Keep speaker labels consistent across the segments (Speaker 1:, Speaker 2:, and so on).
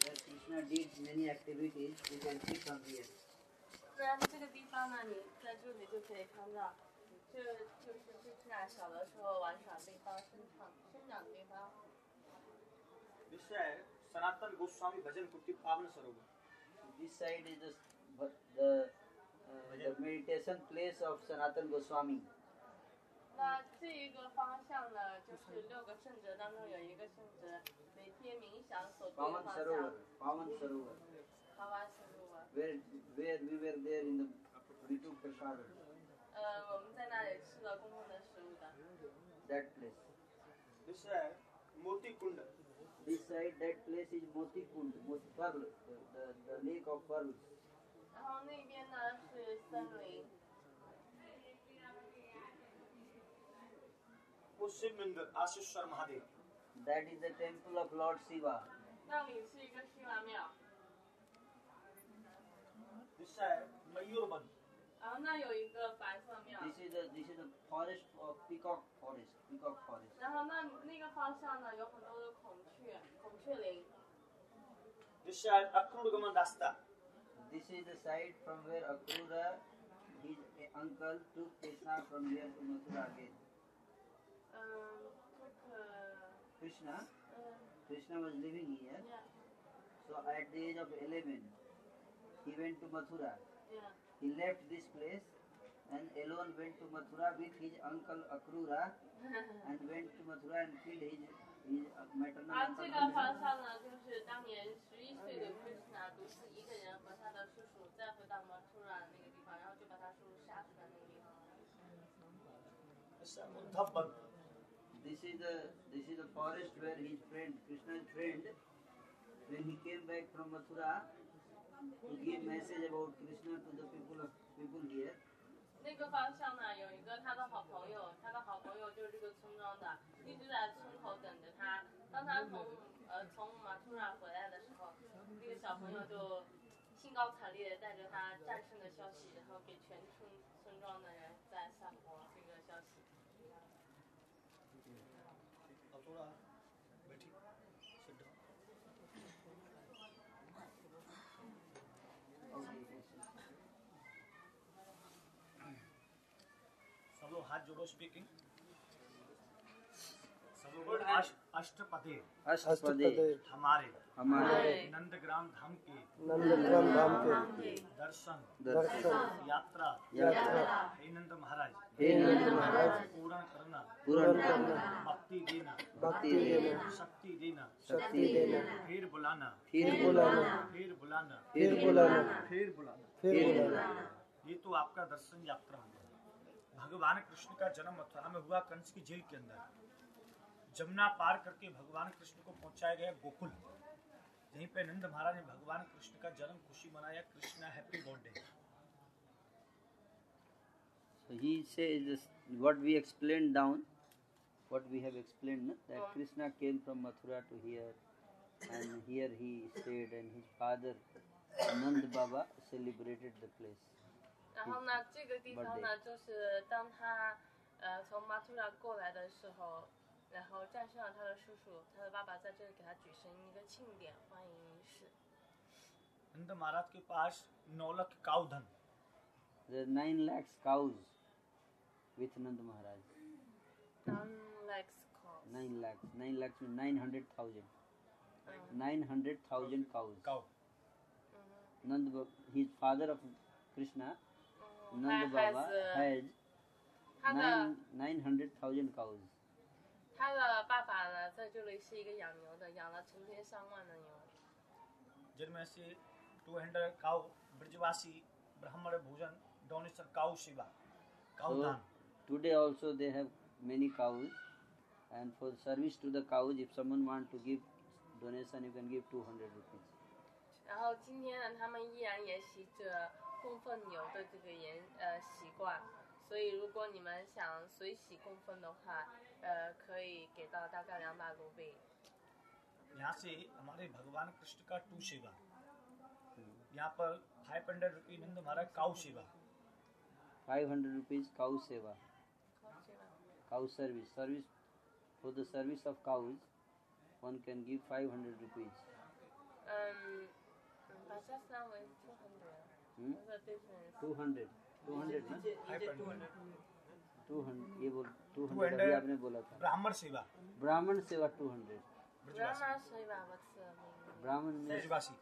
Speaker 1: partner did many activities we can see from here.
Speaker 2: 虽然这个地方呢，你在这里就可以看到，这就是就是那小的时候玩耍的地方，生长生长的地方。
Speaker 3: विषय है सनातन गोस्वामी भजन कुटी पावन स्वरूप
Speaker 1: This side is the but the, uh, the meditation place of Sanatan Goswami.
Speaker 2: 那这一个方向呢，就是六个圣者当中有一个圣者每天冥想所住的
Speaker 1: Pavan
Speaker 2: 方
Speaker 1: Sarovar,
Speaker 2: 向，
Speaker 1: Pavan Sarovar,
Speaker 2: 好吧，师傅啊。
Speaker 1: where where we were there in the we took prasad,
Speaker 2: 呃，我们在那里吃了公共的食物的。
Speaker 1: that place.
Speaker 3: विषय है मोती कुंड
Speaker 1: This side, that place is Moti Kund, Moti Pearl, the, the, the lake of pearls.
Speaker 2: 然后那边呢是森林，
Speaker 3: वो शिव मंदिर आशीश्वर Mahadev
Speaker 1: That is the temple of Lord Shiva.
Speaker 2: 那里是一个西王庙，
Speaker 3: विषय है Mayurvan
Speaker 2: 然后那有一个白色庙，
Speaker 1: This is the this is the forest of peacock forest, peacock forest.
Speaker 2: 然后那那个方向呢有很多的孔雀，孔雀林。
Speaker 3: विषय है अक्रूरगमन रास्ता
Speaker 1: This is the site from where Akura, his uncle, took Krishna from here to Mathura again.
Speaker 2: 嗯，这个，
Speaker 1: Krishna,
Speaker 2: 嗯，
Speaker 1: Krishna was living here.
Speaker 2: 呀
Speaker 1: So at the age of 11, he went to Mathura.
Speaker 2: 呀，
Speaker 1: He left this place and alone went to Mathura with his uncle Akrura and went to Mathura and killed his, his maternal
Speaker 2: 而
Speaker 1: uncle.
Speaker 2: 这个
Speaker 1: Krishna.
Speaker 2: 方向呢，就是当年十一岁的 Krishna 独自一个人和他的叔叔再回到 Mathura 那个地方，然后就把他叔叔杀死在那个地方。
Speaker 3: विषय है उद्धव वन
Speaker 1: This is the this is the forest where his friend Krishna's friend, when he came back from Mathura to give message about Krishna to the people of people here,
Speaker 2: 那个方向呢，有一个他的好朋友，他的好朋友就是这个村庄的，一直在村口等着他。当他从呃从马突然回来的时候，那个小朋友就兴高采烈地带着他战胜的消息，然后给全村村庄的人在散播这个消息。
Speaker 3: थोड़ा बैठी sit down. सब लोग हाथ जोड़ो speaking सब लोग अष्ट- अष्टपदे
Speaker 1: Ashtapadhe
Speaker 3: हमारे
Speaker 1: हमारे
Speaker 3: नंदग्राम धाम के
Speaker 4: नंदग्राम धाम के
Speaker 3: दर्शन
Speaker 1: दर्शन
Speaker 3: यात्रा
Speaker 1: यात्रा
Speaker 3: हे नंद महाराज
Speaker 1: हे नंद महाराज
Speaker 3: पूर्ण करना
Speaker 1: पूर्ण करना
Speaker 3: भक्ति देना
Speaker 1: भक्ति देना
Speaker 3: शक्ति देना
Speaker 1: शक्ति देना
Speaker 3: फिर बुलाना
Speaker 1: फिर बुलाना
Speaker 3: फिर बुलाना
Speaker 1: फिर बुलाना
Speaker 3: फिर बुलाना
Speaker 4: फिर बुलाना
Speaker 3: ये तो आपका दर्शन यात्रा हो गया भगवान कृष्ण का जन्म मथुरा में हुआ कंस की जेल के अंदर जमुना पार करके भगवान कृष्ण को पहुंचाया गया गोकुल यहीं पे नंद महाराज ने भगवान कृष्ण का जन्म खुशी मनाया Krishna happy birthday
Speaker 1: So he says this, what we explained down, what we have explained, no? that Krishna came from Mathura to here, and here he stayed, and his father Nand Baba celebrated the place.
Speaker 2: 然后呢，这个地方呢，就是当他呃从马突然过来的时候，然后战胜了他的叔叔，他的爸爸在这里给他举行一个庆典欢迎仪式。
Speaker 3: Nand Maharaj के पास नौलख काउधन
Speaker 1: There are nine lakhs cows with Nand Maharaj.
Speaker 2: None likes calls.
Speaker 1: Nine lakhs, nine lakhs means nine hundred thousand.
Speaker 2: Uh-huh.
Speaker 1: Nine hundred thousand cows.
Speaker 3: Cow
Speaker 1: Nand, Ba- his father of Krishna,
Speaker 2: 嗯，他
Speaker 1: Nand Baba
Speaker 2: 还
Speaker 1: has
Speaker 2: 他的
Speaker 1: nine nine hundred thousand cows.
Speaker 2: 他的爸爸呢，在这里是一个养牛的，养了成千上万的牛。
Speaker 3: जिनमें से two hundred cow ब्रजवासी ब्राह्मण भोजन donation cow Shiva
Speaker 1: So
Speaker 3: काउधन
Speaker 1: today also they have many cows, and for service to the cows, if someone want to give donation, you can give 200 rupees.
Speaker 2: 然后今天呢，他们依然沿袭着供奉牛的这个沿呃习惯，所以如果你们想随喜供奉的话，呃，可以给到大概两百卢比。
Speaker 3: यहाँ से हमारे भगवान कृष्ण का टू सेवा यहाँ पर फाइव हंड्रेड रुपी नंद हमारा काउ सेवा
Speaker 1: 500 rupees cow seva, cow service, service for the service of cows, one can give 500 rupees.
Speaker 2: 嗯， But just now it's 200.
Speaker 1: Hmm?
Speaker 2: There's a difference.
Speaker 1: 200 200 ना टू ये बोल टू
Speaker 3: 200
Speaker 1: अभी आपने बोला था
Speaker 3: ब्राह्मण सेवा
Speaker 1: ब्राह्मण सेवा two hundred
Speaker 2: Brahma Shiva, what's the meaning?
Speaker 1: Brahmin में
Speaker 3: Brajwasi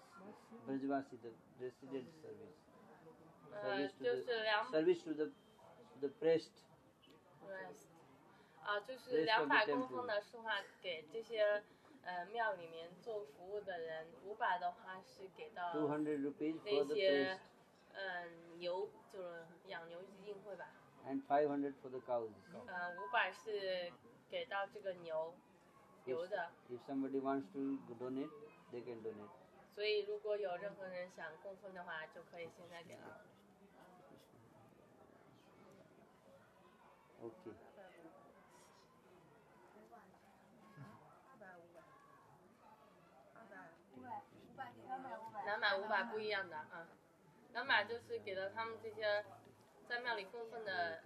Speaker 1: Brajwasi the resident service
Speaker 2: Uh,
Speaker 1: service to
Speaker 2: just
Speaker 1: the
Speaker 2: uh,
Speaker 1: service to the the priest
Speaker 2: rest. 啊，就
Speaker 1: Rest
Speaker 2: 是两
Speaker 1: of
Speaker 2: 百
Speaker 1: the
Speaker 2: 公分
Speaker 1: temple
Speaker 2: 的树话给这些呃庙里面做服务的人，五百的话是给到
Speaker 1: to hundred rupees
Speaker 2: 那
Speaker 1: for the
Speaker 2: 些
Speaker 1: pressed
Speaker 2: 嗯牛，就是养牛基金会吧。
Speaker 1: and five hundred for the cause
Speaker 2: 呃，五百是给到这个牛牛的，
Speaker 1: if somebody wants to donate they can donate
Speaker 2: 所以如果有任何人想供奉的话，就可以现在给了。
Speaker 1: okay
Speaker 2: 两百五百不一样的啊，两百就是给到他们这些在庙里供奉的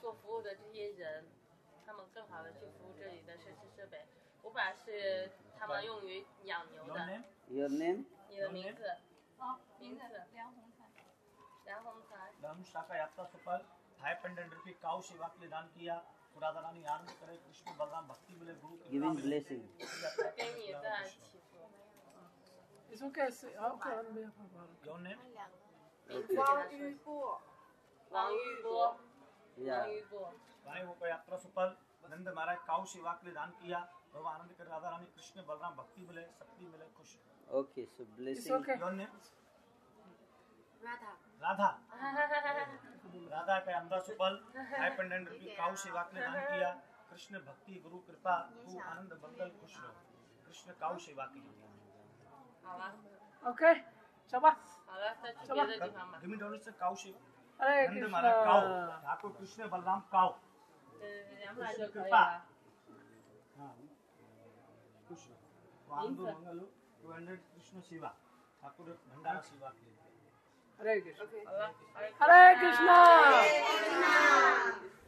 Speaker 2: 做服务的这些人，他们更好的去服务这里的设施设备。五百是他们用于养牛
Speaker 3: Your
Speaker 2: 的，
Speaker 3: name?
Speaker 1: your name
Speaker 2: 你的名字
Speaker 4: 哦，
Speaker 2: 名字
Speaker 4: 梁红川。
Speaker 2: 梁红才，
Speaker 3: धर्मशाखा यात्रा सफल five hundred rupee cow सेवा के लिए दान किया पुरादानी आनंद करे कृष्ण बलराम भक्ति मिले गुरु के
Speaker 1: giving
Speaker 3: नाम मिले।
Speaker 1: blessing
Speaker 2: 给你的祈福，
Speaker 5: It's okay, see, I'll go and be a part of
Speaker 3: Your name?
Speaker 2: 名字给他说一下
Speaker 4: 波，
Speaker 2: 王玉波，
Speaker 1: yeah
Speaker 2: 王玉波。
Speaker 3: भाई वो यात्रा सफल नंद महाराज काउ सेवा के लिए दान किया भगवान आनंद कर राधा रानी कृष्ण बलराम भक्ति मिले शक्ति मिले खुश
Speaker 1: okay so blessing
Speaker 5: okay.
Speaker 3: Your name
Speaker 4: Radha.
Speaker 3: Radha Radha का यात्रा सफल फाइव हंड्रेड रुपी काउ सेवा के लिए दान किया कृष्ण भक्ति गुरु कृपा तू आनंद मंगल खुश रहो कृष्ण काउ सेवा के लिए
Speaker 2: 好了，
Speaker 5: it. Okay, Shabbat.
Speaker 2: 好了，再去别的地方吧。
Speaker 3: give me dollars से काउ सेवा
Speaker 5: Hare
Speaker 3: Nand Maharaj cow
Speaker 5: Krishna.
Speaker 3: Thakur Krishna Balram cow
Speaker 2: 对对，两百就可以
Speaker 3: 爸
Speaker 2: 了。
Speaker 3: हाँ। खुश तो वांदो मंगलो 200 तो कृष्ण सेवा ठाकुर भंडारा सेवा के लिए
Speaker 5: Hare Krishna.
Speaker 2: 好了，好了。
Speaker 5: Hare Krishna.